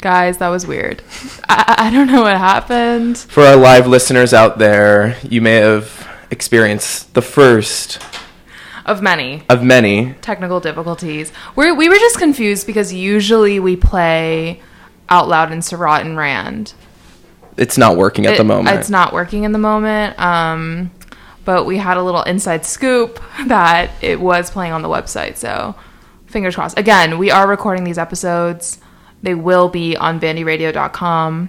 Guys, that was weird. I, I don't know what happened. For our live listeners out there, you may have experienced the first Of many of many. technical difficulties. We're, we were just confused because usually we play out loud in Surratt and Rand. It's not working at It- the moment. It's not working in the moment. Um, but we had a little inside scoop that it was playing on the website. So fingers crossed. Again, we are recording these episodes. They will be on bandyradio.com.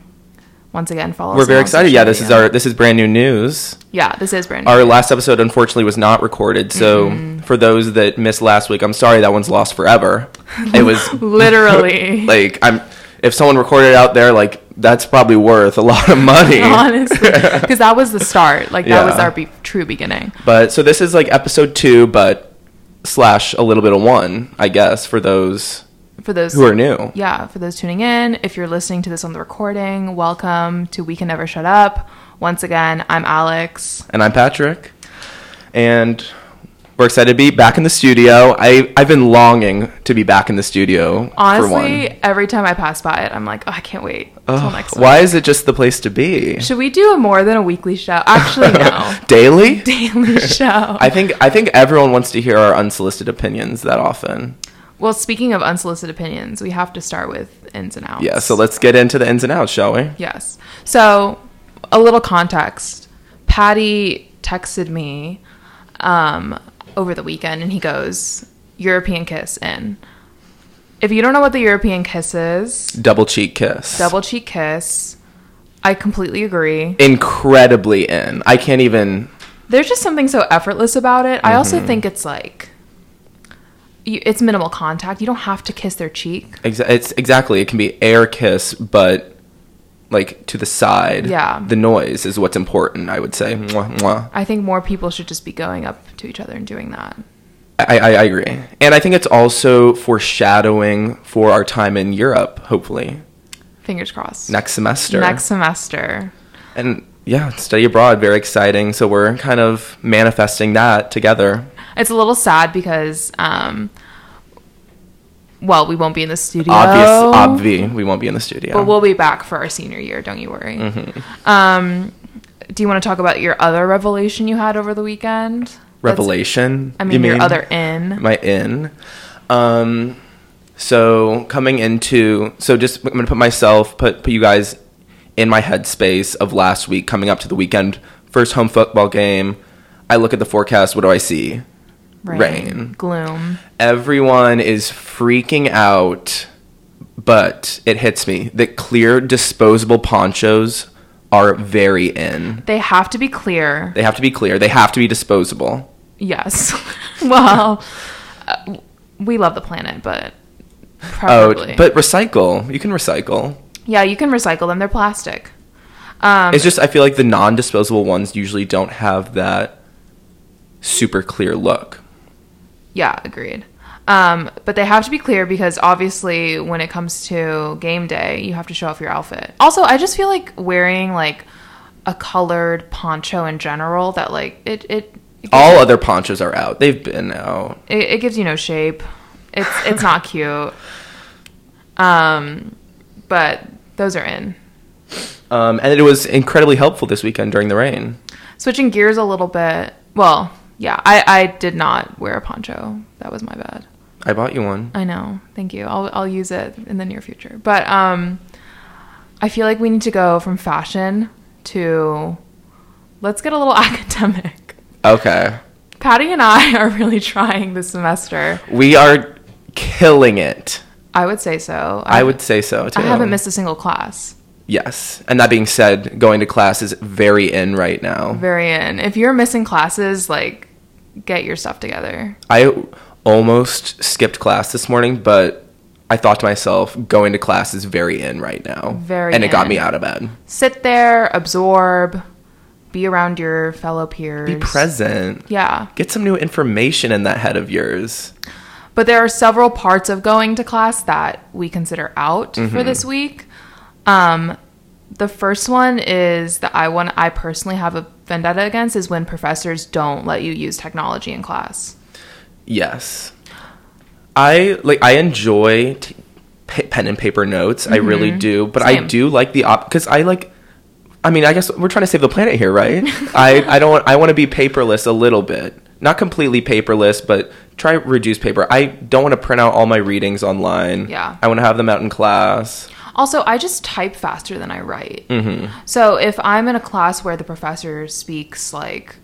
Once again, follow us. We're very on excited. social Yeah, this is media. our this is brand new news. Yeah, this is brand new. Our last episode unfortunately was not recorded, so Mm-hmm. for those that missed last week, I'm sorry that one's lost forever. It was Literally. like I'm if someone recorded it out there like that's probably worth a lot of money. honestly because that was the start like that was Yeah. our be- true beginning But so this is like episode 2 but slash a little bit of 1, I guess, for those for those who are new. yeah for those tuning in if you're listening to this on the recording welcome to we can never shut up once again i'm alex And I'm Patrick. And we're excited to be back in the studio. I, I've been longing to be back in the studio for one. honestly every time i pass by it i'm like oh i can't wait until Ugh, next time why is it just the place to be? should we do a more than a weekly show actually no Daily? daily show I think I think everyone wants to hear our unsolicited opinions that often. well speaking of unsolicited opinions we have to start with ins and outs Yeah, so let's get into the ins and outs, shall we? Yes. So, a little context. Patty texted me um, over the weekend and he goes, European kiss in. If you don't know what the European kiss is, Double cheek kiss. double cheek kiss. I completely agree. incredibly in. I can't even There's just something so effortless about it. I Mm-hmm. also think it's like, you, it's minimal contact. You don't have to kiss their cheek. exa- it's exactly it can be air kiss but like to the side. Yeah. Mm-hmm. The noise is what's important, I would say. Mwah, mwah. I think more people should just be going up to each other and doing that. I, I, I agree. And I think it's also foreshadowing for our time in Europe, hopefully, Fingers crossed. next semester. Next semester. And yeah, study abroad, very exciting. So we're kind of manifesting that together. It's a little sad because, um, well, we won't be in the studio. Obvious, obvi, we won't be in the studio. But we'll be back for our senior year, don't you worry. Mm-hmm. Um, do you want to talk about your other revelation you had over the weekend? That's- Revelation. I you mean, your other in. my in. Um, so coming into so just I'm gonna put myself put put you guys in my headspace of last week coming up to the weekend first home football game. I look at the forecast. What do I see? Rain. rain. Gloom. Everyone is freaking out, but it hits me that clear disposable ponchos are very in. They have to be clear. They have to be clear. They have to be disposable. Yes. well, uh, w- we love the planet, but Oh, probably. but recycle. You can recycle. yeah, you can recycle them. They're plastic. Um, It's just I feel like the non-disposable ones usually don't have that super clear look. Yeah, agreed. Um, but they have to be clear because obviously, when it comes to game day, you have to show off your outfit. Also, I just feel like wearing like a colored poncho in general that like it it it, All other ponchos are out. They've been out. it, it gives you no shape. It's it's not cute. Um, but those are in. Um, and it was incredibly helpful this weekend during the rain. Switching gears a little bit. Well, yeah, I I did not wear a poncho. That was my bad. I bought you one. I know. Thank you. I'll I'll use it in the near future. But um I feel like we need to go from fashion to let's get a little academic. Okay. Patty and I are really trying this semester. We are killing it. I would say so. I would say so too. I haven't missed a single class. Yes. And that being said, going to class is very in right now. Very in. If you're missing classes, like get your stuff together. I almost skipped class this morning, but I thought to myself, going to class is very in right now. Very And it got in. me out of bed. Sit there, absorb, be around your fellow peers. Be present. Yeah. Get some new information in that head of yours. But there are several parts of going to class that we consider out Mm-hmm. for this week. Um, the first one is the I one I personally have a vendetta against is when professors don't let you use technology in class. Yes. I like I enjoy t- p- pen and paper notes. I really do, but I Mm-hmm. Same. do like the op because I like. I mean, I guess we're trying to save the planet here, right? I I don't. I want to be paperless a little bit, not completely paperless, but try reduce paper. I don't want to print out all my readings online. Yeah. I want to have them out in class. Also, I just type faster than I write. Mm-hmm. So if I'm in a class where the professor speaks like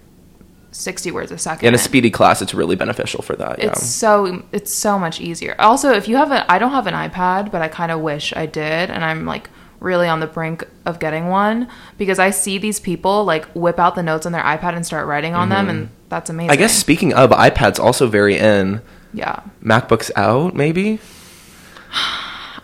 60 words a second, In a speedy class, it's really beneficial for that. it's so it's so much easier. Also, if you have an I don't have an iPad, but I kind of wish I did, and I'm like really on the brink of getting one because I see these people like whip out the notes on their iPad and start writing on them, and that's amazing. yeah. Mm-hmm. I guess speaking of iPads, also very in yeah. MacBooks out, maybe.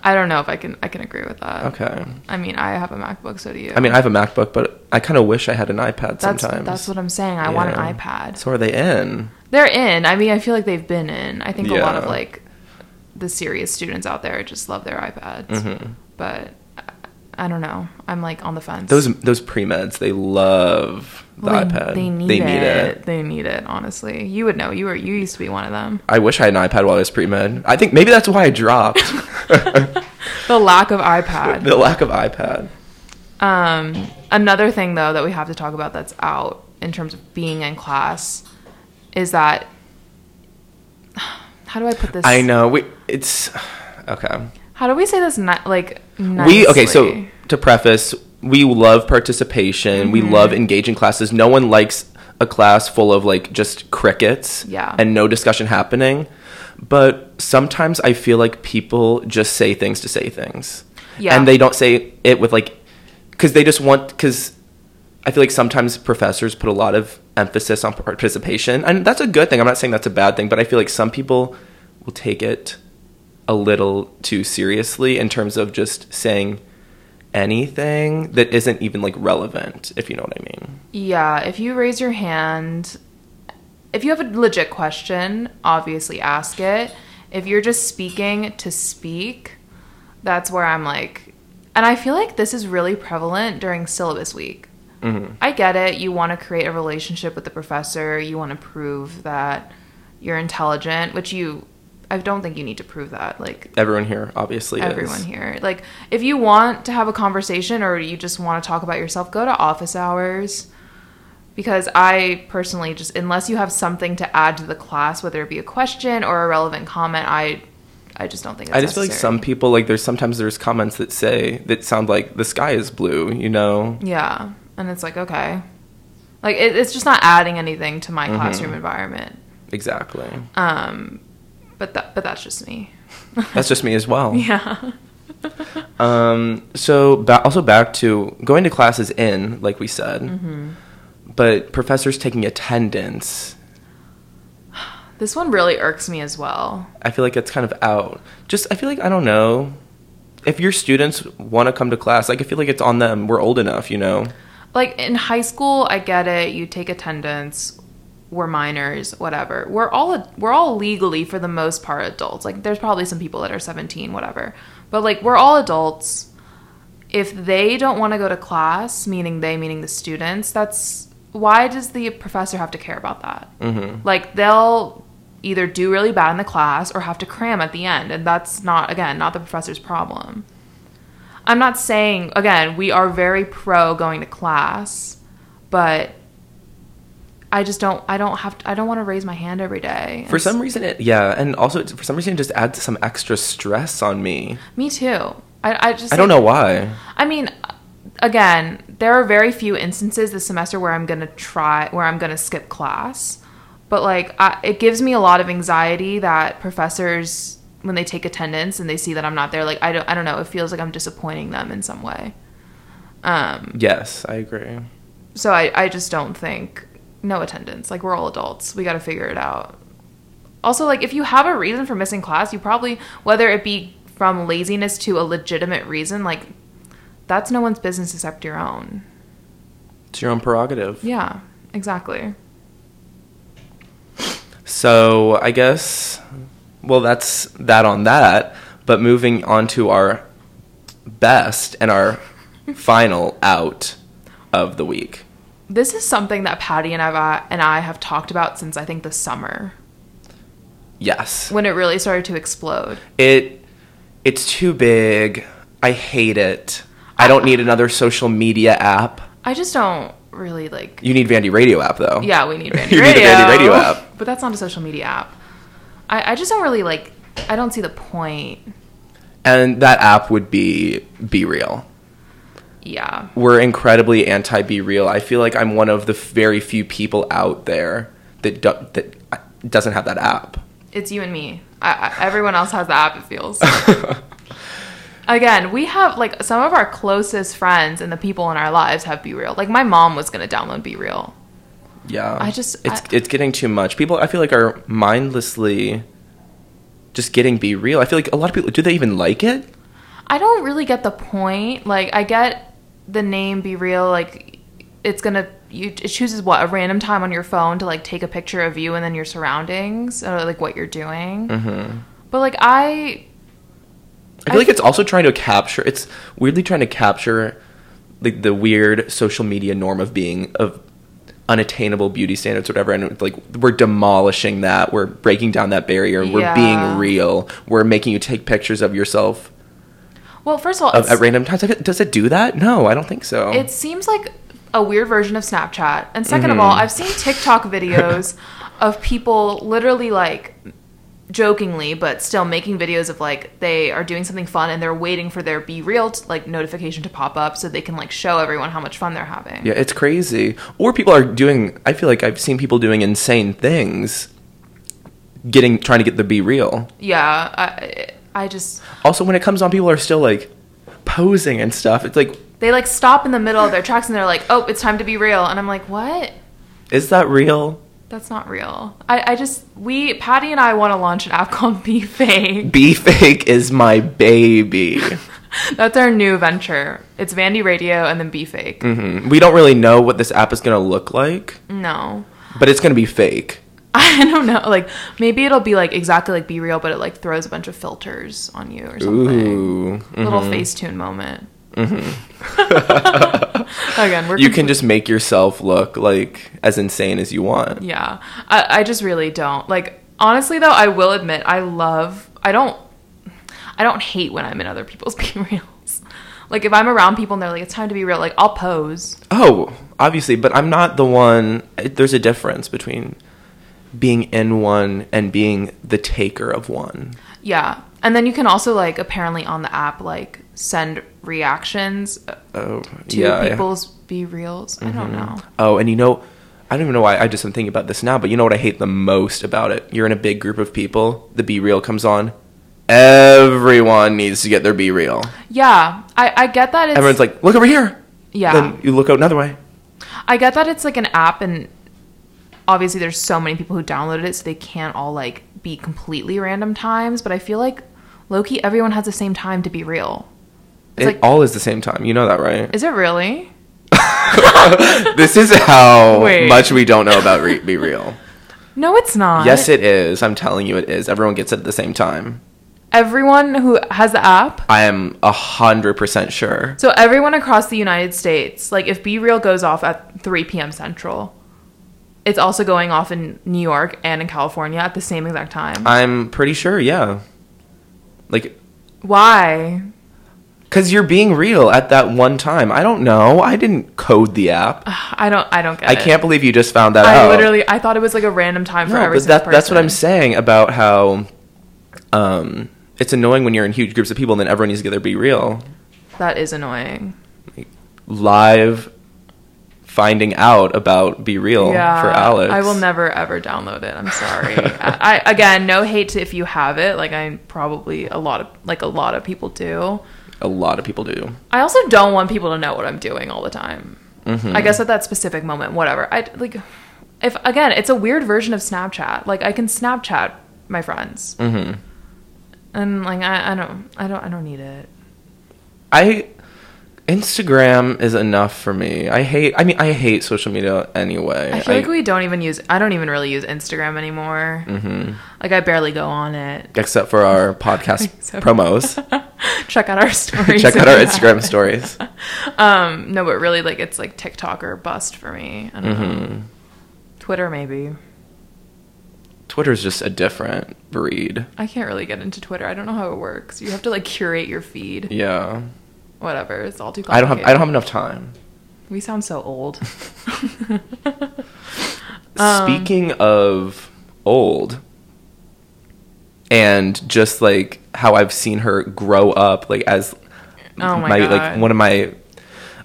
I don't know if I can I can agree with that. Okay. I mean, I have a MacBook, so do you. I mean, I have a MacBook, but I kind of wish I had an iPad that's sometimes. that's what I'm saying. I want an Yeah. iPad. So are they in? They're in. I mean, I feel like they've been in. I think a lot of Yeah. like the serious students out there just love their iPads. Mm-hmm. But I- I don't know. I'm like on the fence. Those those pre meds, they love the Well, they, iPad. They need, it. They need it. Honestly, you would know. You were you used to be one of them. I wish I had an iPad while I was pre med. I think maybe that's why I dropped The lack of iPad. the lack of iPad. Um, another thing though that we have to talk about that's out in terms of being in class is that how do I put this? I know. We it's okay. How do we say this? Ni- like We okay. So nicely? to preface, we love participation. We Mm-hmm. love engaging classes. No one likes a class full of like just crickets Yeah. and no discussion happening. But sometimes I feel like people just say things to say things, Yeah. and they don't say it with like because they just want because I feel like sometimes professors put a lot of emphasis on participation, and that's a good thing. I'm not saying that's a bad thing, but I feel like some people will take it a little too seriously in terms of just saying anything that isn't even like relevant, if you know what I mean. Yeah, if you raise your hand, if you have a legit question, obviously ask it. If you're just speaking to speak, that's where I'm like, and I feel like this is really prevalent during syllabus week. I get it. You want to create a relationship with the professor, you want to prove that you're intelligent, which you, I don't think you need to prove that. Like, Everyone here obviously everyone is. here. Like, if you want to have a conversation or you just want to talk about yourself, go to office hours. Because I personally just, unless you have something to add to the class, whether it be a question or a relevant comment, I, I just don't think. It's I just feel like some necessary. people like there's sometimes there's comments that say that sound like the sky is blue, you know. Yeah, and it's like okay, like it, it's just not adding anything to Mm-hmm. my classroom environment. Um, Exactly. But that, but that's just me. That's just me as well. Yeah. Um, so ba- also back to going to classes in, like we said, Mm-hmm. but professors taking attendance. This one really irks me as well. I feel like it's kind of out. Just I feel like I don't know if your students want to come to class. Like I feel like it's on them. We're old enough, you know. like in high school i get it you take attendance we're minors whatever we're all we're all legally for the most part adults like there's probably some people that are 17 whatever but like we're all adults if they don't want to go to class meaning they meaning the students that's why does the professor have to care about that mm-hmm. like they'll either do really bad in the class or have to cram at the end and that's not again not the professor's problem I'm not saying again, we are very pro going to class, but I just don't I don't have to, I don't want to raise my hand every day. For some reason, it yeah, and also it's, for some reason, it just adds some extra stress on me. Me too. I I just I don't know why. I mean, again, there are very few instances this semester where I'm gonna try where I'm gonna skip class, but like I, it gives me a lot of anxiety that professors when they take attendance and they see that I'm not there, like I don't I don't know, it feels like I'm disappointing them in some way. Um, Yes, I agree. so I, I just don't think no attendance like we're all adults we got to figure it out also like if you have a reason for missing class you probably whether it be from laziness to a legitimate reason like that's no one's business except your own It's your own prerogative. yeah exactly So I guess, well, that's that on that. But moving on to our best and our final out of the week. this is something that patty and i and i have talked about since i think the summer Yes, when it really started to explode it It's too big. I hate it. I don't need another social media app. I just don't really like. You need Vandy Radio app though. Yeah, we need Vandy you Radio. need a Vandy Radio app. But that's not a social media app. I, I just don't really like. I don't see the point. And that app would be Be Real. Yeah. We're incredibly anti Be Real. I feel like I'm one of the very few people out there that do- that doesn't have that app. It's you and me. I, I, everyone else has the app, it feels. Again, we have like some of our closest friends and the people in our lives have Be Real. Like my mom was gonna download Be Real. Yeah. I just- it's I- it's getting too much. People I feel like are mindlessly just getting Be Real. I feel like a lot of people do they even like it? I don't really get the point. Like I get the name Be Real. Like it's gonna you it chooses what a random time on your phone to like take a picture of you and then your surroundings or like what you're doing. But like I I I feel like fe- it's also trying to capture. It's weirdly trying to capture like the weird social media norm of being of unattainable beauty standards, whatever. And it's like we're demolishing that. We're breaking down that barrier. We're Yeah. being real. We're making you take pictures of yourself well first of all of, it's- at random times. I feel- Does it do that? No, I don't think so. It seems like a weird version of Snapchat. And 2nd of all, I've seen TikTok videos of people literally like jokingly but still making videos of like they are doing something fun and they're waiting for their be real t- like notification to pop up so they can like show everyone how much fun they're having. yeah, it's crazy. Or people are doing. I feel like I've seen people doing insane things. Getting trying to get the be real. Yeah, I I just Also, when it comes on, people are still like posing and stuff. It's like they like stop in the middle of their tracks and they're like, "Oh, it's time to be real." And I'm like, "What?" Is that real? That's not real. I, I just we Patty and I want to launch an app called Be Fake. B fake is my baby. That's our new venture. It's Vandy Radio and then Be Fake. Mhm. we don't really know what this app is gonna look like, No. but it's gonna be fake. I don't know. Like maybe it'll be like exactly like Be Real, but it like throws a bunch of filters on you or something. Ooh. mm-hmm. Little Facetune moment. Again, we're You can just make yourself look like as insane as you want. yeah. I, I just really don't like. Honestly, though, I will admit I love. I don't. I don't hate when I'm in other people's Be Reals. Like if I'm around people and they're like, "It's time to be real," like I'll pose. Oh, obviously, but I'm not the one. it- There's a difference between being in one and being the taker of one. Yeah. And then you can also like apparently on the app like send reactions uh, Oh, to yeah. yeah. people's be reels. I don't know. Oh, and you know, I don't even know why I just am thinking about this now, but you know what I hate the most about it? You're in a big group of people, the B reel comes on. Everyone needs to get their B reel. Yeah. I, I get that it's Everyone's like, look over here. Yeah. Then you look out another way. I get that it's like an app and obviously there's so many people who downloaded it so they can't all like be completely random times, but I feel like Loki everyone has the same time to be real. It's It like all is the same time. You know that, right? is it really? this is how Wait. much we don't know about re- Be Real. No, it's not. Yes, it is. I'm telling you, it is. Everyone gets it at the same time. everyone who has the app I am 100% sure. So everyone across the United States, like if Be Real goes off at 3 p.m. Central, it's also going off in New York and in California at the same exact time. I'm pretty sure, yeah. Like, Why? Because you're being real at that one time. I don't know. I didn't code the app. I don't. I don't get I it. can't believe you just found that I out. literally. I thought it was like a random time for no, every but single that, that's what I'm person. saying about how um, it's annoying when you're in huge groups of people and then everyone needs to get their be real. That is annoying. Live finding out about be real yeah. for Alex. I will never ever download it. I'm sorry. I, I again, no hate to if you have it. Like I probably a lot of like a lot of people do. A lot of people do. I also don't want people to know what I'm doing all the time. Mm-hmm. I guess at that specific moment, whatever. I like if again, it's a weird version of Snapchat. Like I can Snapchat my friends, mm-hmm. and like I, I don't, I don't, I don't need it. I Instagram is enough for me. I hate. I mean, I hate social media anyway. I feel like we don't even use. I don't even really use Instagram anymore. Mm. Mm-hmm. Like I barely go on it. except for our podcast so. promos. Check out our stories. Check out our if you Instagram stories. have- No, but really, like it's like Mm-hmm. Mm-hmm. TikTok or bust for me. I don't know. Twitter maybe. Twitter's just a different breed. I can't really get into Twitter. I don't know how it works. You have to like curate your feed. Yeah. Whatever. It's all too I don't complicated. have I don't have enough time. We sound so old. Um, Speaking of old and just like how I've seen her grow up like as Oh my like God. one of my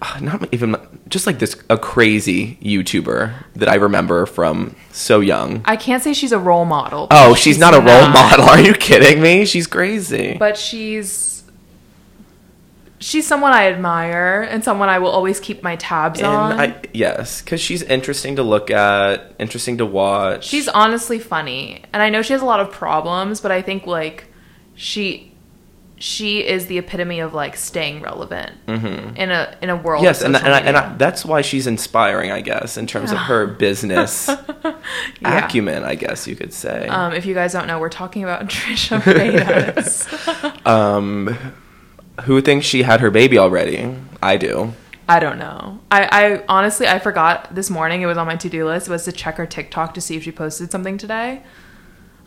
ah, not even just like this a crazy YouTuber that I remember from so young. I can't say she's a role model. Oh, but she's, not a role not. model. Are you kidding me? She's crazy. But she's she's someone I admire and someone I will always keep my tabs And on. I, yes, because she's interesting to look at, interesting to watch. She's honestly funny, and I know she has a lot of problems, but I think like she she is the epitome of like staying relevant in a in a world. Mm-hmm. yes, of and, social and, I, and media. I, that's why she's inspiring, I guess, in terms of her business Yeah. acumen. I guess you could say. Um, if you guys don't know, we're talking about Trisha Paytas. Who thinks she had her baby already? I do. I don't know. I, I honestly I forgot this morning. It was on my to do list was to check her TikTok to see if she posted something today.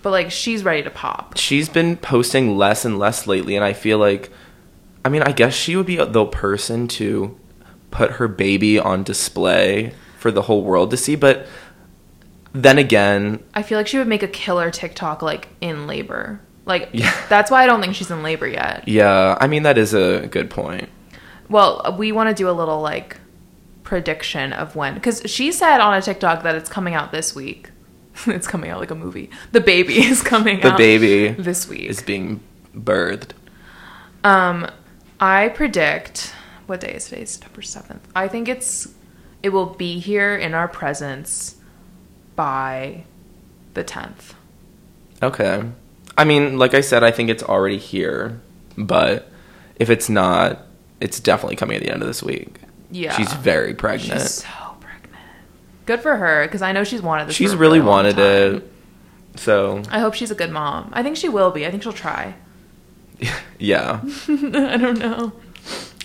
But like she's ready to pop. She's been posting less and less lately, and I feel like, I mean, I guess she would be the person to put her baby on display for the whole world to see, but. Then again, I feel like she would make a killer TikTok like in labor. Like Yeah. that's why I don't think she's in labor yet. yeah, I mean that is a good point. Well, we want to do a little like prediction of when because she said on a TikTok that it's coming out this week. it's coming out like a movie. The baby is coming The out baby this week. is being birthed. Um, I predict what day is today? September seventh. I think it's it will be here in our presence by the tenth. Okay. I mean, like I said, I think it's already here, but if it's not, it's definitely coming at the end of this week. Yeah. She's very pregnant. She's She's, so pregnant. Good for her because I know she's wanted this. for a really long wanted time. it. So, I hope she's a good mom. I think she will be. I think she'll try. yeah. I don't know.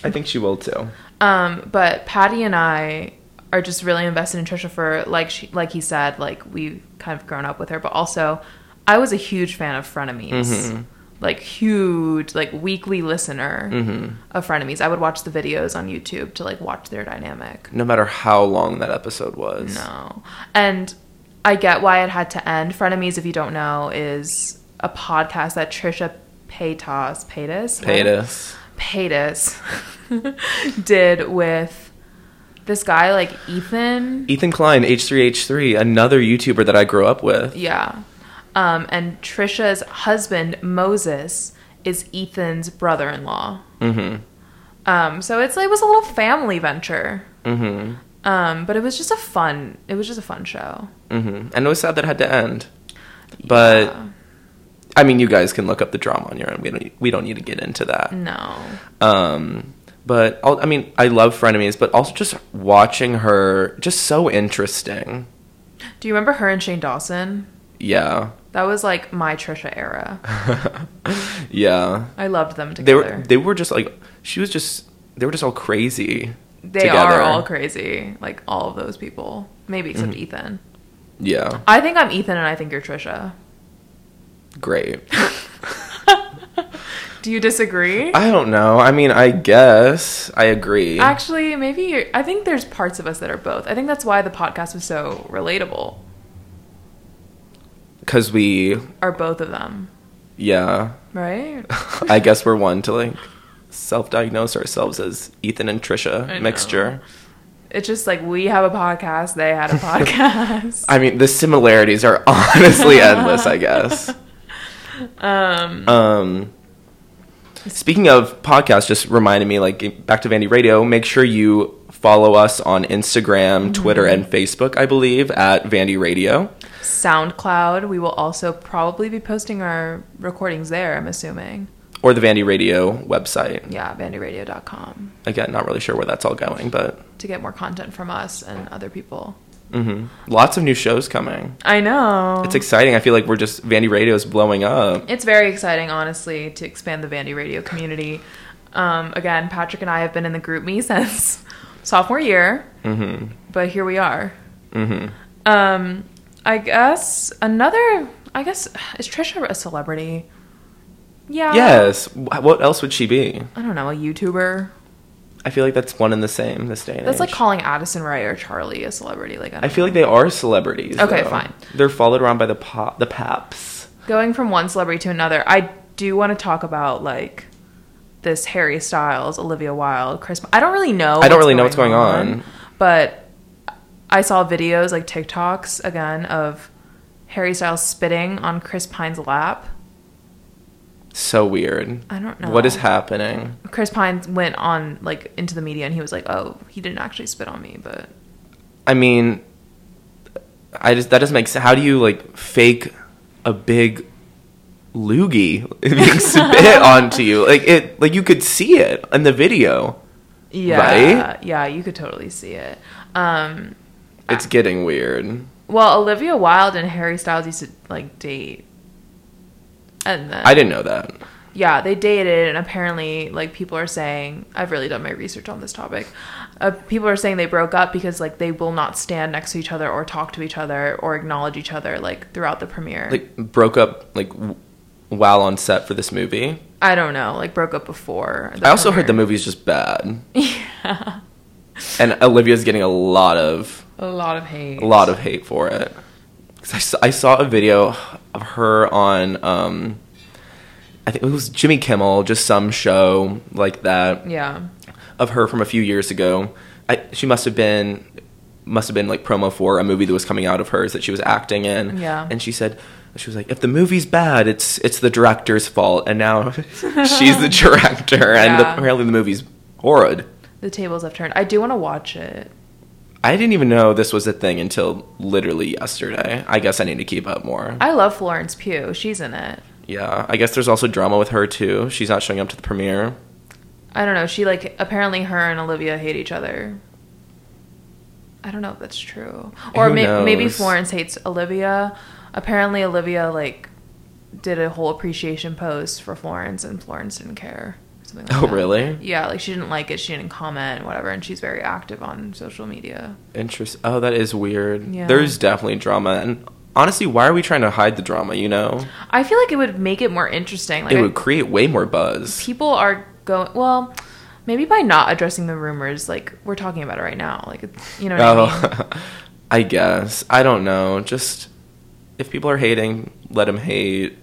I think she will too. Um, but Patty and I are just really invested in Trisha for like she like he said, like we've kind of grown up with her, but also I was a huge fan of Frenemies. Like huge, like weekly listener of Frenemies. I would watch the videos on YouTube to like watch their dynamic. No matter how long that episode was. No. And I get why it had to end. Frenemies, if you don't know, is a podcast that Trisha Paytas Paytas Paytas. Paytas did with this guy like Ethan. Ethan Klein, H3H3, another YouTuber that I grew up with. Yeah. Um, and Trisha's husband, Moses, is Ethan's brother in law. Mm-hmm. Um, so it's it was a little family venture. Mm-hmm. Um, but it was just a fun it was just a fun show. hmm And it was sad that it had to end. But, Yeah. I mean, you guys can look up the drama on your own. We don't, we don't need to get into that. No. Um, but I'll, I mean, I love frenemies, but also just watching her, just so interesting. Do you remember her and Shane Dawson? Yeah, That was like my Trisha era. yeah. I loved them They together. were they were just like she was just they were just all crazy. They together. are all crazy. Like all of those people. Maybe except Mm-hmm. Ethan. Yeah, I think I'm Ethan and I think you're Trisha. great. Do you disagree? I don't know. I mean, I guess I agree. Actually, maybe you're, I think there's parts of us that are both. I think that's why the podcast was so relatable. Cause we, Are both of them, yeah, right? I guess we're one to like self-diagnose ourselves as Ethan and I Trisha know. mixture. It's just like we have a podcast, they had a podcast. I mean, the similarities are honestly endless, I guess. Um, speaking of podcasts, just reminded me, like, back to Vandy Radio, make sure you follow us on Mm-hmm. Instagram, Twitter, and Facebook, I believe, at Vandy Radio. SoundCloud, we will also probably be posting our recordings there, I'm assuming. Or the Vandy Radio website. Yeah, bandyradio.com Again, not really sure where that's all going, but to get more content from us and other people. lots of new shows coming. I know. It's exciting. I feel like we're just, Vandy Radio is blowing up. It's very exciting, honestly, to expand the Vandy Radio community. Um, again, Patrick and I have been in the group me since sophomore year, mm-hmm. but here we are. Mm-hmm. Um, I guess another I guess is Trisha a celebrity? Yeah. Yes. Wh- What else would she be? I don't know, a YouTuber. I feel like that's one and the same this day and That's like age. calling Addison Ray or Charlie a celebrity. Like I, I don't feel like they are celebrities. Okay, though. fine. They're followed around by the pop, the paps. going from one celebrity to another i do want to talk about like this harry styles olivia wilde chris i don't really know I don't really know what's going on. but i saw videos like tiktoks again of harry styles spitting on chris pine's lap So weird. I don't know. What is happening? chris pine went on like into the media and he was like oh he didn't actually spit on me but I mean, I just that doesn't make sense. How do you like fake a big loogie being spit onto you? Like it, like you could see it in the video. yeah yeah you could totally see it um It's getting weird. well olivia wilde and harry styles used to like date and then I didn't know that. yeah, they dated, and apparently, like people are saying, I've really done my research on this topic. Uh, people are saying they broke up because like they will not stand next to each other or talk to each other or acknowledge each other like throughout the premiere. Like broke up like w- while on set for this movie. I don't know, like broke up before. I also heard the movie's just bad. Yeah. And Olivia's getting a lot of a lot of hate. a lot of hate for it. 'Cause I saw, I saw a video of her on, um, I think it was Jimmy Kimmel, just some show like that, Yeah, of her from a few years ago. I, she must have been, must have been like promo for a movie that was coming out of hers that she was acting in. Yeah. And she said, she was like, if the movie's bad, it's it's the director's fault. And now she's the director, and Yeah. apparently the movie's horrid. the tables have turned. I do want to watch it. I didn't even know this was a thing until literally yesterday. I guess I need to keep up more. I love Florence Pugh. She's in it. Yeah, I guess there's also drama with her too. She's not showing up to the premiere. I don't know. She like apparently her and Olivia hate each other. I don't know if that's true. Or Who may- maybe knows? Florence hates Olivia. Apparently Olivia like did a whole appreciation post for Florence and Florence didn't care. Something like Oh, that. really? Yeah, like she didn't like it, she didn't comment, whatever, and she's very active on social media. Interest. Oh, that is weird. Yeah. There's definitely drama, and honestly, why are we trying to hide the drama? You know, I feel like it would make it more interesting. Like it I- would create way more buzz. people are going well, maybe by not addressing the rumors, like we're talking about it right now. Like it's you know what I mean? Oh, I guess. I don't know. Just if people are hating, let them hate.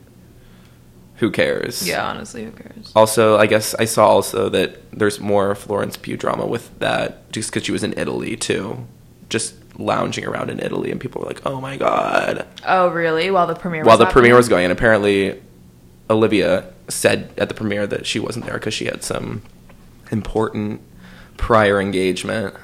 Who cares? Yeah, honestly, who cares? Also, I guess I saw also that there's more Florence Pugh drama with that, just because she was in Italy too, just lounging around in Italy, and people were like, "Oh my god." Oh, really? While the premiere while was the happening? premiere was going, and apparently Olivia said at the premiere that she wasn't there because she had some important prior engagement.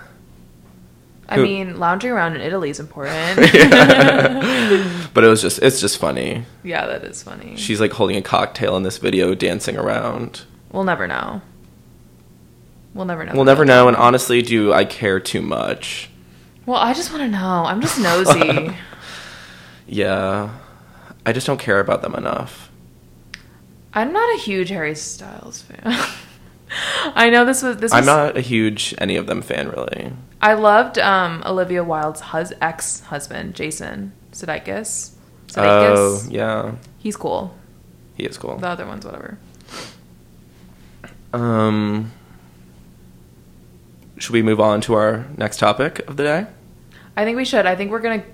I mean, lounging around in Italy is important. But it was just it's just funny. yeah, that is funny. She's like holding a cocktail in this video, dancing around. we'll never know. We'll never know. We'll never know. And honestly, do I care too much? Well, I just want to know. I'm just nosy. Yeah, I just don't care about them enough. I'm not a huge Harry Styles fan. I know this was this. Was, I'm not a huge any of them fan, really. I loved um, Olivia Wilde's hus- ex husband, Jason Sudeikis. Oh, Sudeikis. yeah, He's cool. he is cool. The other one's whatever. Um, should we move on to our next topic of the day? I think we should. I think we're gonna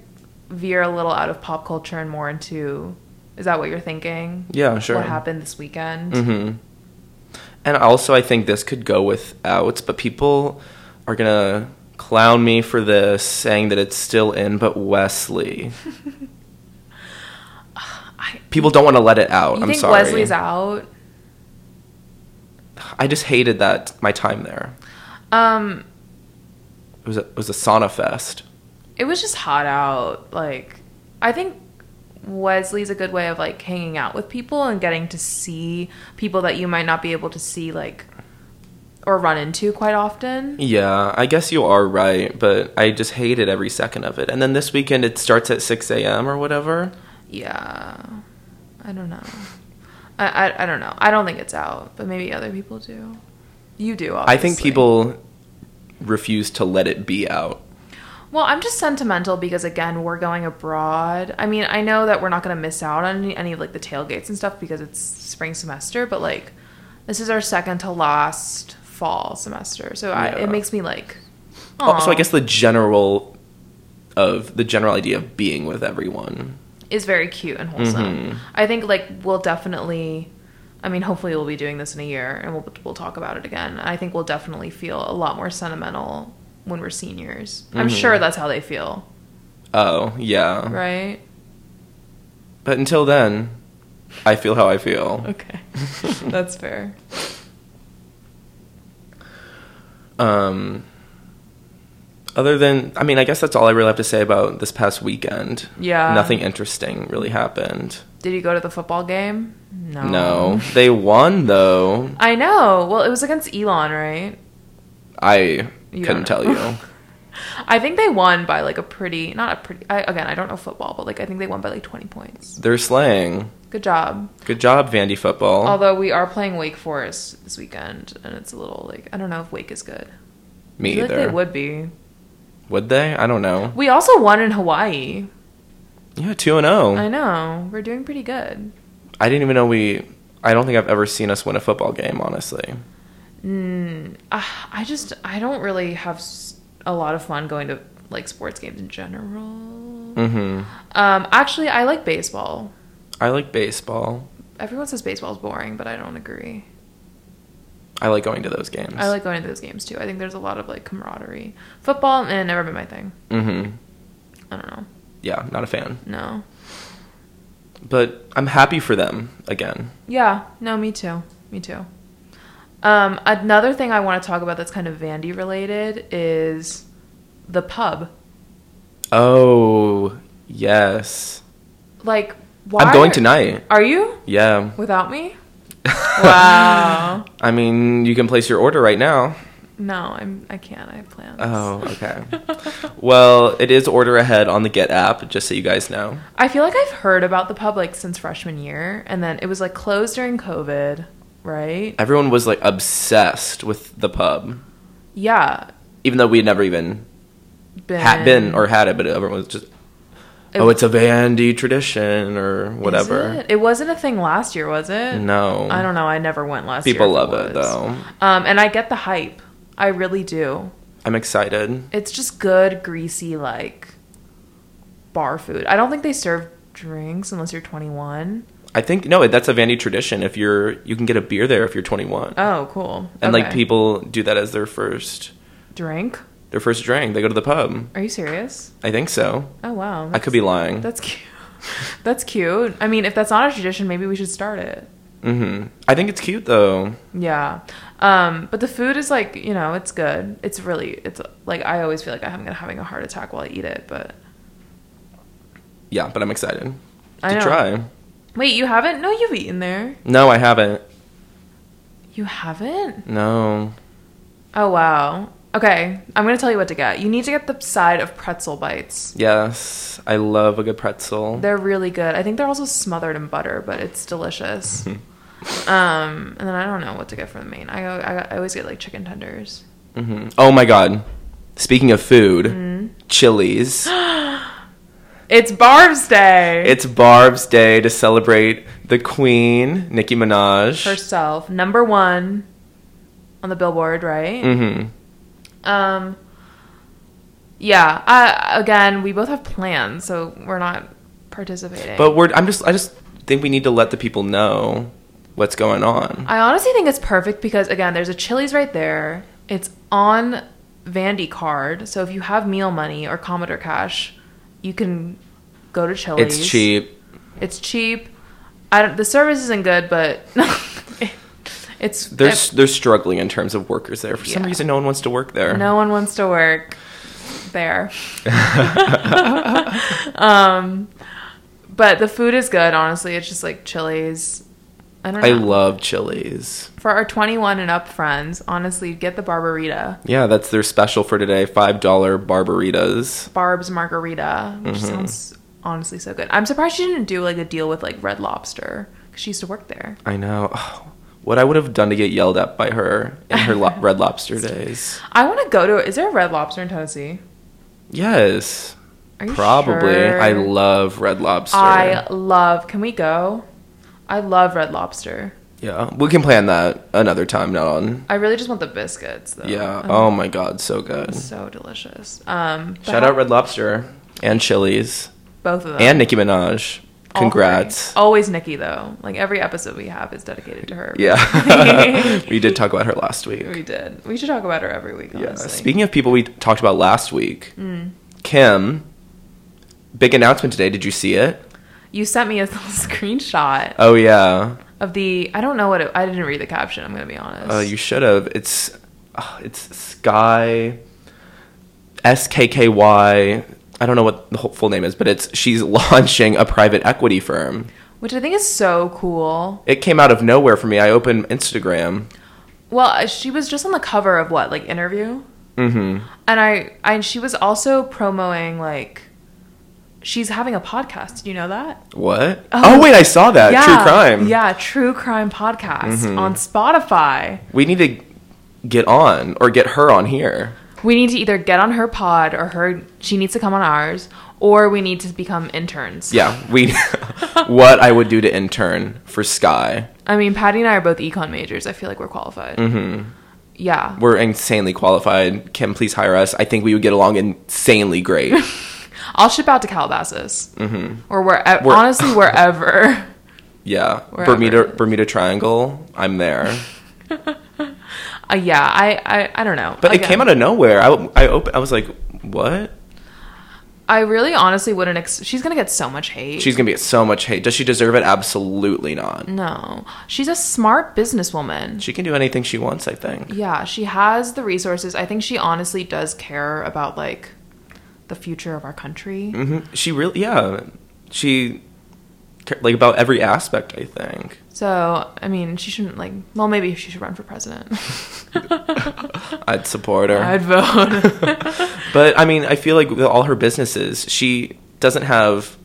veer a little out of pop culture and more into. Is that what you're thinking? Yeah, sure. What happened this weekend? Mm-hmm. And also, I think this could go without, but people are gonna clown me for this, saying that it's still in, but Wesley. I- people don't want to let it out. You I'm think sorry. Wesley's out? I just hated that my time there. Um, It was a, it was a sauna fest. it was just hot out. Like, I think Wesley's a good way of like hanging out with people and getting to see people that you might not be able to see like or run into quite often. Yeah, I guess you are right, but I just hated every second of it. And then this weekend it starts at 6 a.m. or whatever. Yeah, I don't know. I, I I don't know. I don't think it's out, but maybe other people do. You do. Obviously. I think people refuse to let it be out. Well, I'm just sentimental because again, we're going abroad. I mean, I know that we're not going to miss out on any, any of like the tailgates and stuff because it's spring semester, but like this is our second to last fall semester. So I, Yeah. it makes me like Oh, so aw, I guess the general of the general idea of being with everyone. is very cute and wholesome. Mm-hmm. I think like we'll definitely I mean, hopefully we'll be doing this in a year and we'll we'll talk about it again. I think we'll definitely feel a lot more sentimental when we're seniors. I'm Mm-hmm. sure that's how they feel, Oh, yeah. right? But until then, I feel how I feel. Okay. that's fair. Um other than I mean, I guess that's all I really have to say about this past weekend. Yeah. Nothing interesting really happened. Did you go to the football game? No. No. They won though. I know. Well, it was against Elon, right? I You don't couldn't tell know. you. I think they won by like a pretty, not a pretty. I, again, I don't know football, but like I think they won by like 20 points. They're slaying. Good job. Good job, Vandy football. Although we are playing Wake Forest this weekend, and it's a little like I don't know if Wake is good. I Me feel like either. they would be. Would they? I don't know. We also won in Hawaii. Yeah, two and zero. I know we're doing pretty good. I didn't even know we. I don't think I've ever seen us win a football game, honestly. Ah, I just I don't really have s- a lot of fun going to like sports games in general. hmm Um, actually, I like baseball. I like baseball. Everyone says baseball's boring, but I don't agree. I like going to those games. I like going to those games too. I think there's a lot of like camaraderie. Football, eh, never been my thing. hmm I don't know. Yeah, not a fan, No. but I'm happy for them again. Yeah. No, me too. Me too. Um, another thing I want to talk about that's kind of Vandy related is the pub. Oh yes, Like, why? I'm going are- tonight. Are you Yeah. without me? Wow. I mean, you can place your order right now. no, I'm. I can't. I have plans. Oh, okay. well, it is order ahead on the Get app, just so you guys know. I feel like I've heard about the pub like since freshman year, and then it was like closed during COVID, right? Everyone was like obsessed with the pub, Yeah. even though we had never even Been, had been or had it, but everyone was just It- oh, it's a Vandy tradition or Is whatever. it? It wasn't a thing last year, was it? No, I don't know. I never went last People year. if love it was. though. Um, and I get the hype. I really do. I'm excited. It's just good, greasy, like bar food. I don't think they serve drinks unless you're 21. I think no, that's a Vandy tradition. If you're, you can get a beer there if you're 21, Oh, cool. and like Okay. people do that as their first drink. their first drink. They go to the pub. Are you serious? I think so. Oh wow. I could be lying. That's cute. that's cute. I mean, if that's not a tradition, maybe we should start it. hmm I think it's cute though. Yeah. Um, but the food is like, you know, it's good. It's really, it's like, I always feel like I'm gonna having a heart attack while I eat it, but Yeah, but I'm excited to I know. try. Wait, you haven't? No, you've eaten there. No, I haven't. You haven't? No. Oh, wow. Okay, I'm gonna tell you what to get. You need to get the side of pretzel bites. Yes, I love a good pretzel. They're really good. I think they're also smothered in butter, but it's delicious. um, and then I don't know what to get for the main. I, I, I always get like chicken tenders. hmm Oh my god. Speaking of food, Mm. Chili's. It's Barb's Day! It's Barb's Day to celebrate the Queen, Nicki Minaj. herself, number one on the billboard, right? Mm-hmm. Um, yeah. Uh, again, we both have plans, so we're not participating. But we're I'm just I just think we need to let the people know what's going on. I honestly think it's perfect because again, there's a Chili's right there. It's on Vandy card, so if you have meal money or Commodore cash, you can go to Chili's. It's cheap. It's cheap. I don't. The service isn't good, but it's They're s they're struggling in terms of workers there. For some Yeah. reason no one wants to work there. No one wants to work there. um, but the food is good, honestly. It's just like chilies. I don't know. I love Chili's. For our 21 and up friends, honestly, get the Barbarita, Yeah, that's their special for today. Five dollar barbaritas. Barb's Margarita, which Mm-hmm. sounds honestly so good. I'm surprised she didn't do like a deal with like Red Lobster because she used to work there. I know. Oh, what I would have done to get yelled at by her in her lo- Red Lobster days. I want to go to. Is there a Red Lobster in Tennessee? Yes. Are you Probably. sure? I love Red Lobster. I love. Can we go? I love Red Lobster. yeah. We can plan that another time, not on. I really just want the biscuits though. Yeah. Um, Oh my god, so good. so delicious. Um, but Shout how- out Red Lobster and Chili's both of them and Nicki Minaj. All three. Congrats. Always Nikki though. Like every episode we have is dedicated to her. Yeah. we did talk about her last week. we did. We should talk about her every week. Yeah. Honestly. Mm. Speaking of people we talked about last week, Kim, big announcement today. Did you see it? you sent me a little screenshot Oh yeah. of the. I don't know what it, I didn't read the caption. I'm gonna be honest. Uh, you should have. It's uh, it's Sky S K K Y. I don't know what the whole full name is, but it's she's launching a private equity firm. Which I think is so cool. It came out of nowhere for me. I opened Instagram. Well, uh, she was just on the cover of what like interview. Mm-hmm. and I and she was also promoting like she's having a podcast. Did you know that? What? Oh. Oh, wait, I saw that. True crime. Mm-hmm. Yeah, true crime podcast on Spotify. We need to get on or get her on here. We need to either get on her pod or her she needs to come on ours or we need to become interns. Yeah, we. what I would do to intern for Sky. I mean, Patty and I are both econ majors. I feel like we're qualified. Mm-hmm. Yeah. We're insanely qualified. Kim, please hire us. I think we would get along insanely great. I'll ship out to Calabasas. Mm-hmm. Or where, Where- honestly, wherever. Yeah, Wherever. Bermuda Bermuda Triangle. I'm there, Uh, yeah, I, I, I don't know. but it came out of nowhere. I I open, I was like, what? I really honestly wouldn't. Ex- she's going to get so much hate. She's gonna get so much hate. Does she deserve it? Absolutely not. No. She's a smart businesswoman. She can do anything she wants. I think. yeah, she has the resources. I think she honestly does care about like the future of our country. hmm She really, yeah. She ca- like about every aspect. I think. So, I mean, she shouldn't like well, maybe she should run for president. I'd support her. I'd vote. But I mean, I feel like with all her businesses, she doesn't have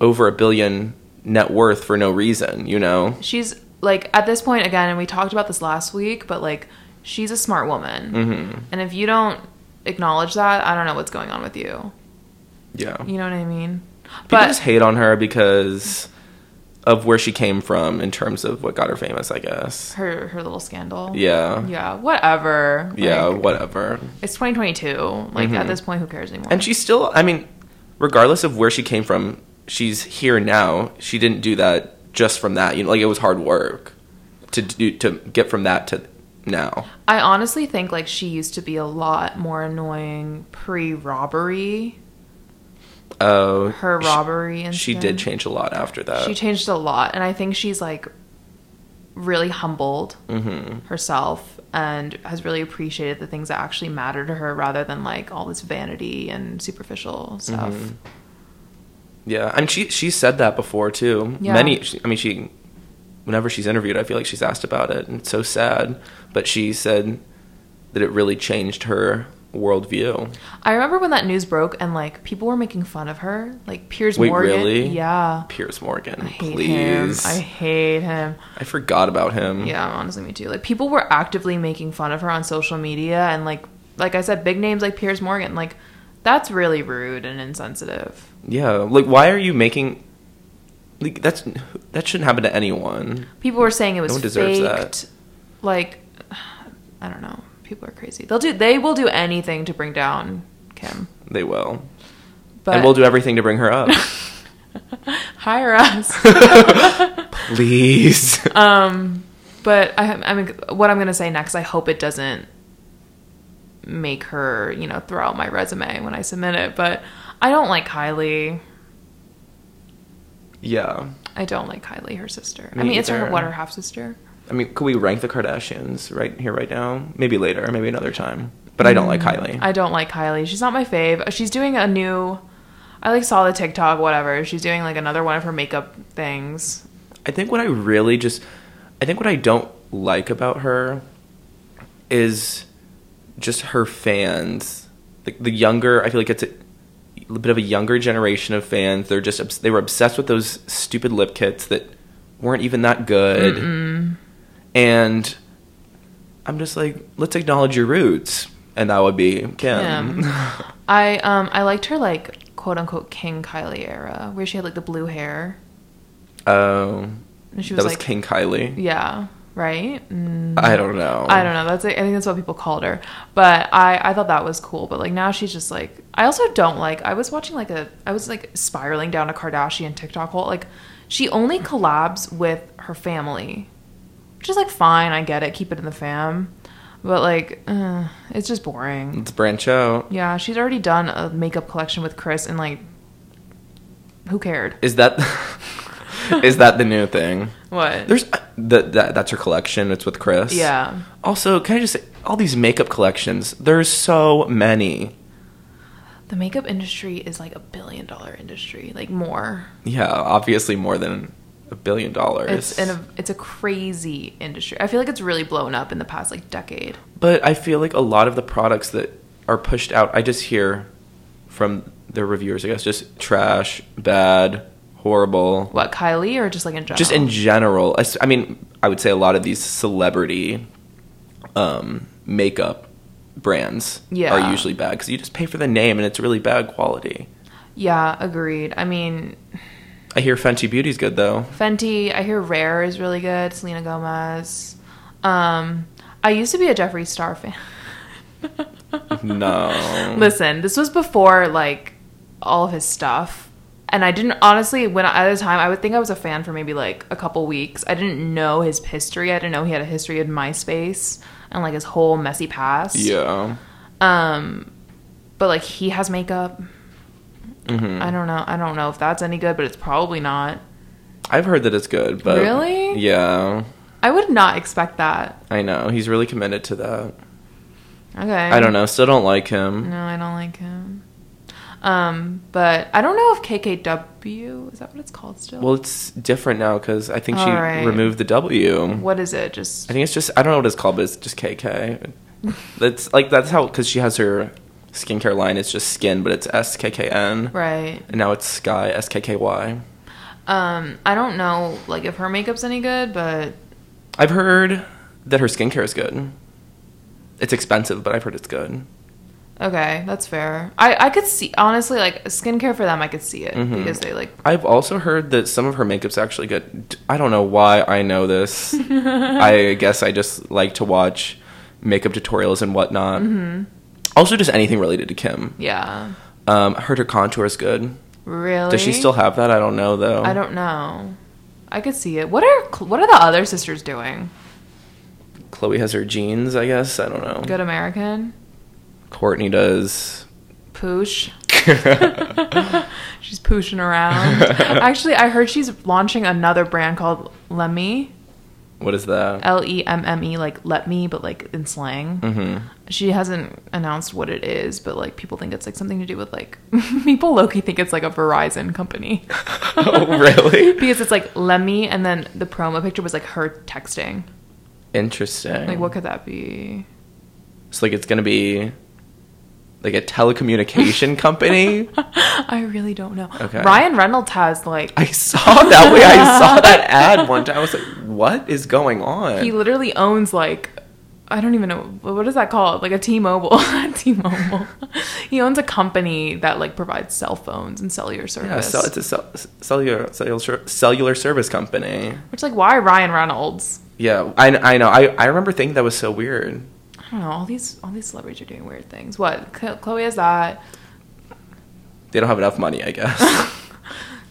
over a billion net worth for no reason, you know? she's like at this point again and we talked about this last week, but like she's a smart woman. Mm-hmm. And if you don't acknowledge that, I don't know what's going on with you. Yeah. You know what I mean? People just hate on her because of where she came from in terms of what got her famous, I guess. her her little scandal. Yeah. Yeah, whatever. Yeah, Like, whatever. It's 2022. Like at this point, who cares anymore? And she's still, I mean, regardless of where she came from, she's here now. She didn't do that just from that. You know, like it was hard work to do, to get from that to now. I honestly think like she used to be a lot more annoying pre-robbery. Oh, Her she- robbery and She did change a lot after that. She changed a lot, and I think she's like really humbled Mm-hmm. Mm. herself and has really appreciated the things that actually matter to her rather than like all this vanity and superficial stuff. Mm-hmm. Yeah, I mean, she she said that before too. Yeah. Many, she, I mean, she, whenever she's interviewed, I feel like she's asked about it, and it's so sad. But she said that it really changed her worldview. I remember when that news broke and like people were making fun of her, like Piers Wait, Morgan. really? Yeah. Piers Morgan, hate please. Him. I hate him. I forgot about him. Yeah, honestly, me too. Like people were actively making fun of her on social media, and like, like I said, big names like Piers Morgan, like that's really rude and insensitive. Yeah, like why are you making? Like that's that shouldn't happen to anyone. People were saying it was one faked. deserves that. Like, I don't know. People are crazy. They'll do. They will do anything to bring down Kim. They will, But and we'll do everything to bring her up. hire us. please. Um, But I, I mean, what I'm gonna say next, I hope it doesn't make her, you know, throw out my resume when I submit it. But I don't like Kylie. yeah, I don't like Kylie, her sister. I Me mean, it's her either. what her half sister. I mean, could we rank the Kardashians right here, right now? Maybe later, maybe another time. But I don't like Kylie. I don't like Kylie. She's not my fave. Uh, She's doing a new. I like saw the TikTok, whatever. She's doing like another one of her makeup things. I think what I really just, I think what I don't like about her is just her fans. The, the younger, I feel like it's a, a bit of a younger generation of fans. They're just, obs- they were obsessed with those stupid lip kits that weren't even that good. And I'm just like, let's acknowledge your roots. And that would be Kim. Kim. I um I liked her like quote unquote King Kylie era where she had like the blue hair Oh, and she was, that was like King Kylie. yeah right Mm, I don't know. I don't know that's like, I think that's what people called her but I I thought that was cool but like now she's just like I also don't like I was watching like a I was like spiraling down a Kardashian TikTok hole like she only collabs with her family which is like fine I get it keep it in the fam but like uh, it's just boring Let's branch out. Yeah, she's already done a makeup collection with Chris, and like, who cared? Is that is that the new thing? What? There's that that that's her collection. It's with Chris. yeah, Also, can I just say all these makeup collections? There's so many. the makeup industry is like a billion dollar industry, like more. Yeah, obviously more than a billion dollars. It's in a it's a crazy industry. I feel like it's really blown up in the past like decade. But I feel like a lot of the products that are pushed out, I just hear from the reviewers, I guess, just trash, bad, horrible. What Kylie or just like in general? Just in general. I s- I mean, I would say a lot of these celebrity um, makeup brands Yeah. are usually bad because you just pay for the name and it's really bad quality. yeah, agreed. I mean, I hear Fenty Beauty's good though. Fenty. I hear Rare is really good. Selena Gomez. Um, I used to be a Jeffree Star fan. No. Listen, this was before like all of his stuff. And I didn't honestly when I, at the time I would think I was a fan for maybe like a couple weeks. I didn't know his history. I didn't know he had a history in MySpace and like his whole messy past. yeah. Um but like he has makeup. Hmm. Mm-hmm. I don't know. I don't know if that's any good, but it's probably not. I've heard that it's good, but. Really? Yeah. I would not expect that. I know. He's really committed to that. Okay. I don't know. Still don't like him. No, I don't like him. Um, but I don't know if KKW is that what it's called still? Well, it's different now because I think she All right. removed the W. what is it? Just I think it's just I don't know what it's called, but it's just KK. That's like that's how because she has her skincare line. It's just skin, but it's S K K N, Right. and now it's Sky S K K Y. Um, I don't know like if her makeup's any good, but I've heard that her skincare is good. It's expensive, but I've heard it's good. okay, that's fair. I I could see honestly like skincare for them, I could see it Mm-hmm. because they like I've also heard that some of her makeup's actually good. D- I don't know why I know this. I guess I just like to watch makeup tutorials and whatnot. Mm-hmm. Also, just anything related to Kim. yeah. Um, I heard her contour is good. Really? Does she still have that? I don't know though. I don't know. I could see it. What are cl- what are the other sisters doing? Chloe has her jeans, I guess. I don't know. Good American, Courtney does. Poosh. she's pooshing around. Actually, I heard she's launching another brand called Lemme, What is that? L E M M E, like let me, but like in slang. Mm-hmm. she hasn't announced what it is, but like people think it's like something to do with like people Loki think it's like a Verizon company oh, really? because it's like Lemmy, and then the promo picture was like her texting. Interesting. Like, what could that be? So like it's gonna be like a telecommunication company. I really don't know. Okay. Ryan Reynolds has like I saw that way. I saw that ad one time. I was like, what is going on? he literally owns like I don't even know what is that called like a T-Mobile, T-Mobile. he owns a company that like provides cell phones and cellular service. yeah, so it's a cell, cellular cellular ser- cellular service company. which like why Ryan Reynolds? Yeah, I, I know. I, I remember thinking that was so weird. I don't know. All these all these celebrities are doing weird things. What Ch- Chloe has that. They don't have enough money, I guess.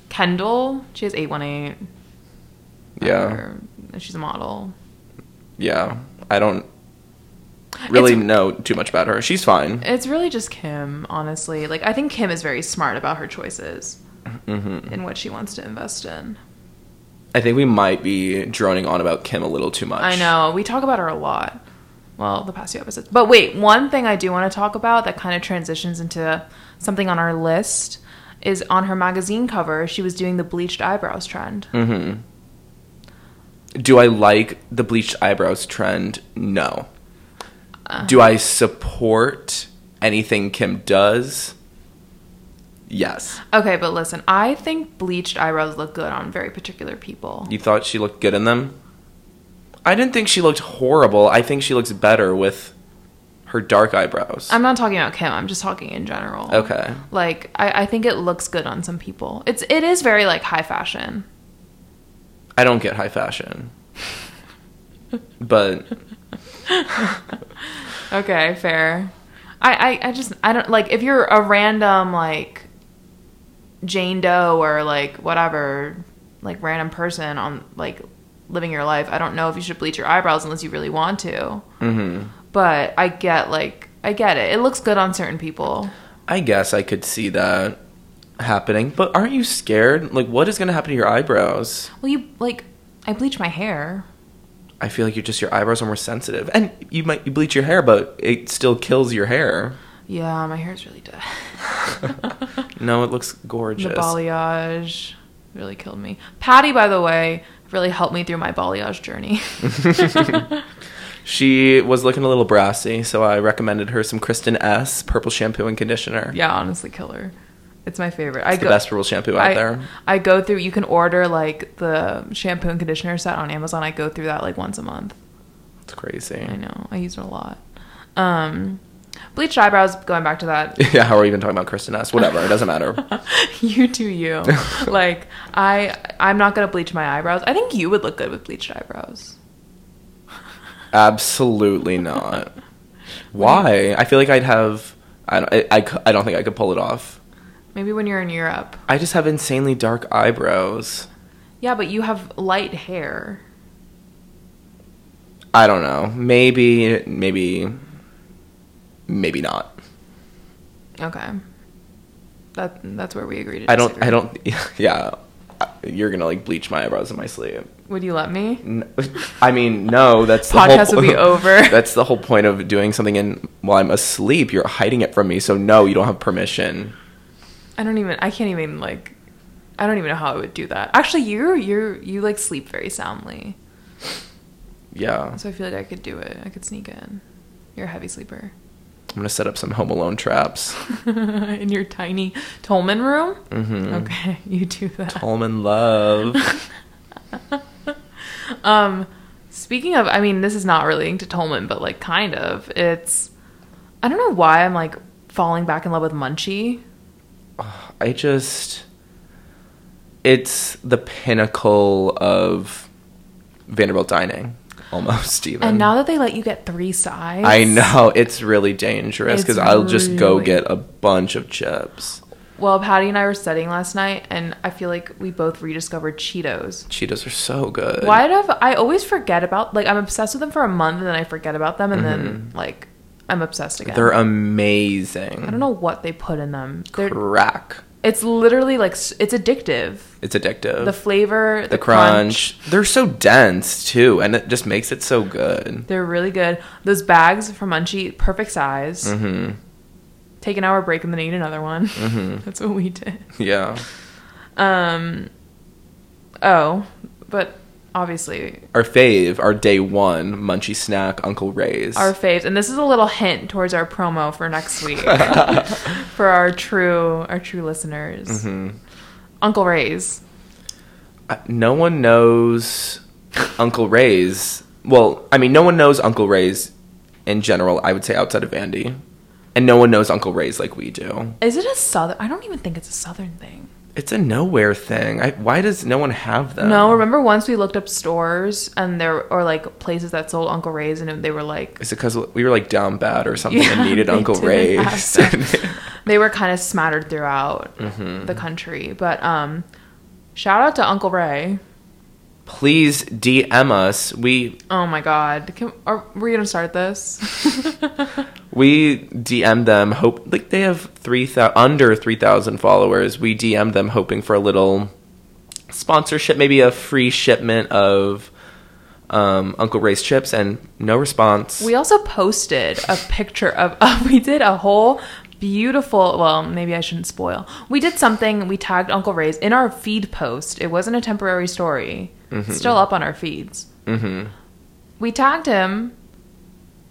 Kendall, she has 818. yeah, Or- She's a model. yeah. I don't really It's- know too much about her. She's fine. It's really just Kim, honestly. Like, I think Kim is very smart about her choices hmm and what she wants to invest in. I think we might be droning on about Kim a little too much. I know. We talk about her a lot. Well, the past few episodes. But wait, one thing I do want to talk about that kind of transitions into something on our list is on her magazine cover, she was doing the bleached eyebrows trend. hmm Mm-hmm. Do I like the bleached eyebrows trend? No. Uh-huh. Do I support anything Kim does? Yes. Okay, but listen, I think bleached eyebrows look good on very particular people. You thought she looked good in them? I didn't think she looked horrible. I think she looks better with her dark eyebrows. I'm not talking about Kim. I'm just talking in general. okay. Like I, I think it looks good on some people. It's it is very like high fashion. I don't get high fashion. but Okay, fair. I, I I just I don't like if you're a random like Jane Doe or like whatever like random person on like living your life. I don't know if you should bleach your eyebrows unless you really want to. mhm. But I get like I get it. It looks good on certain people. I guess I could see that happening. But aren't you scared? Like what is going to happen to your eyebrows? Well, you like I bleach my hair. I feel like you're just your eyebrows are more sensitive. And you might you bleach your hair, but it still kills your hair. Yeah, my hair's really dead. No, it looks the gorgeous. balayage really killed me. Patty, by the way, really helped me through my balayage journey. She was looking a little brassy, so I recommended her some Kristen S purple shampoo and conditioner. yeah, honestly, killer. It's my favorite. I the best purple shampoo out I, there. I go through. You can order like the shampoo and conditioner set on Amazon. I go through that like once a month. It's crazy. I know. I use it a lot. Um, bleached eyebrows. Going back to that. Yeah, how are we even talking about Kristen S? Whatever, it doesn't matter. you do you. like I, I'm not gonna bleach my eyebrows. I think you would look good with bleached eyebrows. Absolutely not. Why? I feel like I'd have. I don't, I, I cou- I don't think I could pull it off. Maybe when you're in Europe. I just have insanely dark eyebrows. Yeah, but you have light hair. I don't know. Maybe, maybe, maybe not. Okay. That that's where we agree to. I don't. I disagree. don't. Yeah, you're gonna like bleach my eyebrows in my sleep. Would you let me? N- I mean, no. That's Podcast the whole, would be over. That's the whole point of doing something in while I'm asleep. You're hiding it from me, so no, you don't have permission. I don't even. I can't even like. I don't even know how I would do that. Actually, you you you like sleep very soundly, Yeah, so I feel like I could do it. I could sneak in. You're a heavy sleeper I'm gonna set up some Home Alone traps. in your tiny Tolman room. Mm-hmm. Okay, you do that. Tolman Love. Um, speaking of, I mean, this is not relating to Tolman, but like kind of. It's I don't know why I'm like falling back in love with Munchie. I just. It's the pinnacle of Vanderbilt dining, almost even. And now that they let you get three sides, I know it's really dangerous because It's I'll just go really- get a bunch of chips. Well, Patty and I were studying last night, and I feel like we both rediscovered Cheetos. Cheetos are so good. Why do I always forget about? Like, I'm obsessed with them for a month, and then I forget about them, and then like I'm obsessed again. Mm-hmm. They're amazing. I don't know what they put in them. They're, Crack. it's literally like s- it's addictive. It's addictive. The flavor, the, the crunch. They're so dense too, and it just makes it so good. They're really good. Those bags from Munchie, perfect size. Mhm. Take an hour break and then eat another one. Mm-hmm. That's what we did. Yeah. Um. Oh, but obviously Our fave, our day one munchie snack, Uncle Ray's. our faves, and this is a little hint towards our promo for next week for our true our true listeners. Uncle Ray's. I- no one knows Uncle Ray's. Well, I mean, no one knows Uncle Ray's in general. I would say outside of Andy, and no one knows Uncle Ray's like we do. Is it a southern? I don't even think it's a southern thing. It's a nowhere thing. I, why does no one have them? No, remember once we looked up stores and there or like places that sold Uncle Ray's and they were like Is it because we were like down bad or something and Yeah, needed they Uncle didn't Ray's? have they were kind of smattered throughout the country. But um, shout out to Uncle Ray. Please DM us. We Oh my God, Can, are we gonna start this? We DM them hope like they have three thousand under three thousand followers. We DM them hoping for a little sponsorship, maybe a free shipment of um, Uncle Ray's chips, and no response. We also posted a picture of, we did a whole beautiful, well, maybe I shouldn't spoil. We did something, we tagged Uncle Ray's in our feed post. It wasn't a temporary story, Mm-hmm. it's still up on our feeds. Mhm. We tagged him,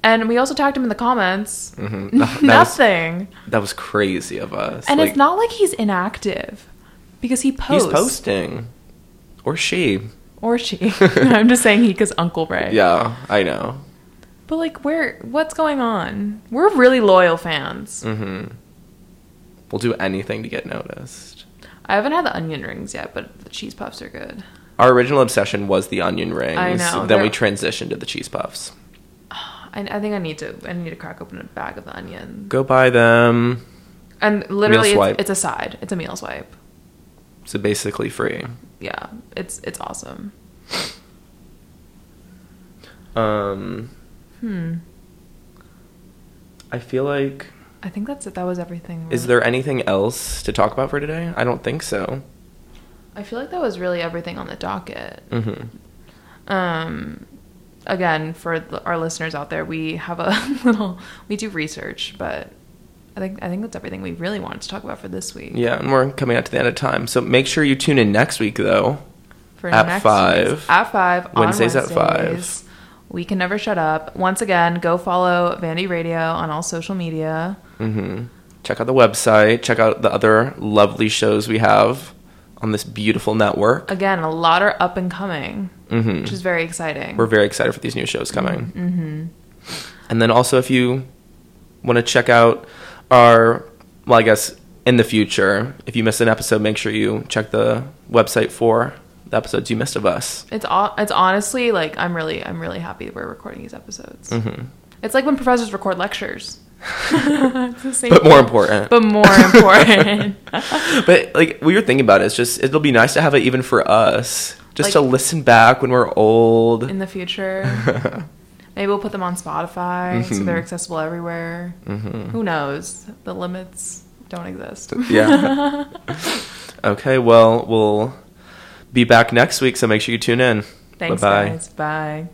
and we also tagged him in the comments. Mhm. That- that was- Nothing. that was crazy of us. and Like, it's not like he's inactive because he posts. he's posting, or she. Or she. I'm just saying he because Uncle Ray. Yeah, I know. But like, where? What's going on? We're really loyal fans. We'll do anything to get noticed. I haven't had the onion rings yet, but the cheese puffs are good. Our original obsession was the onion rings. I know, Then we they're- transitioned to the cheese puffs. I, I think I need to. I need to crack open a bag of the onion. Go buy them. And literally, swipe. it's, it's a side. It's a meal swipe. So basically free. Yeah, it's it's awesome. Um, Hmm. I feel like. I think that's it. That was everything. Is there anything else to talk about for today? I don't think so. I feel like that was really everything on the docket. Mm-hmm. Um, again, for the, our listeners out there, we have a little. We do research, but I think I think that's everything we really wanted to talk about for this week. Yeah, and we're coming out to the end of time. So make sure you tune in next week, though. for At next five. week's- At five. on Wednesdays at five. Wednesdays. We can never shut up. Once again, go follow Vandy Radio on all social media. Mm-hmm. Check out the website. Check out the other lovely shows we have on this beautiful network. Again, a lot are up and coming, Mm-hmm. which is very exciting. We're very excited for these new shows coming. Mm-hmm. And then also, if you want to check out our, well, I guess in the future, if you miss an episode, make sure you check the website for the episodes you missed of us. it's all. It's honestly like I'm really I'm really happy that we're recording these episodes. Mm-hmm. It's like when professors record lectures. It's the same But more thing. important. But more important. But like we were thinking about it, it's just it'll be nice to have it even for us, just Like- to listen back when we're old. in the future. Maybe we'll put them on Spotify Mm-hmm. so they're accessible everywhere. Who knows? The limits don't exist. yeah. okay, well we'll be back next week, so make sure you tune in. Thanks, Bye-bye. guys. Bye.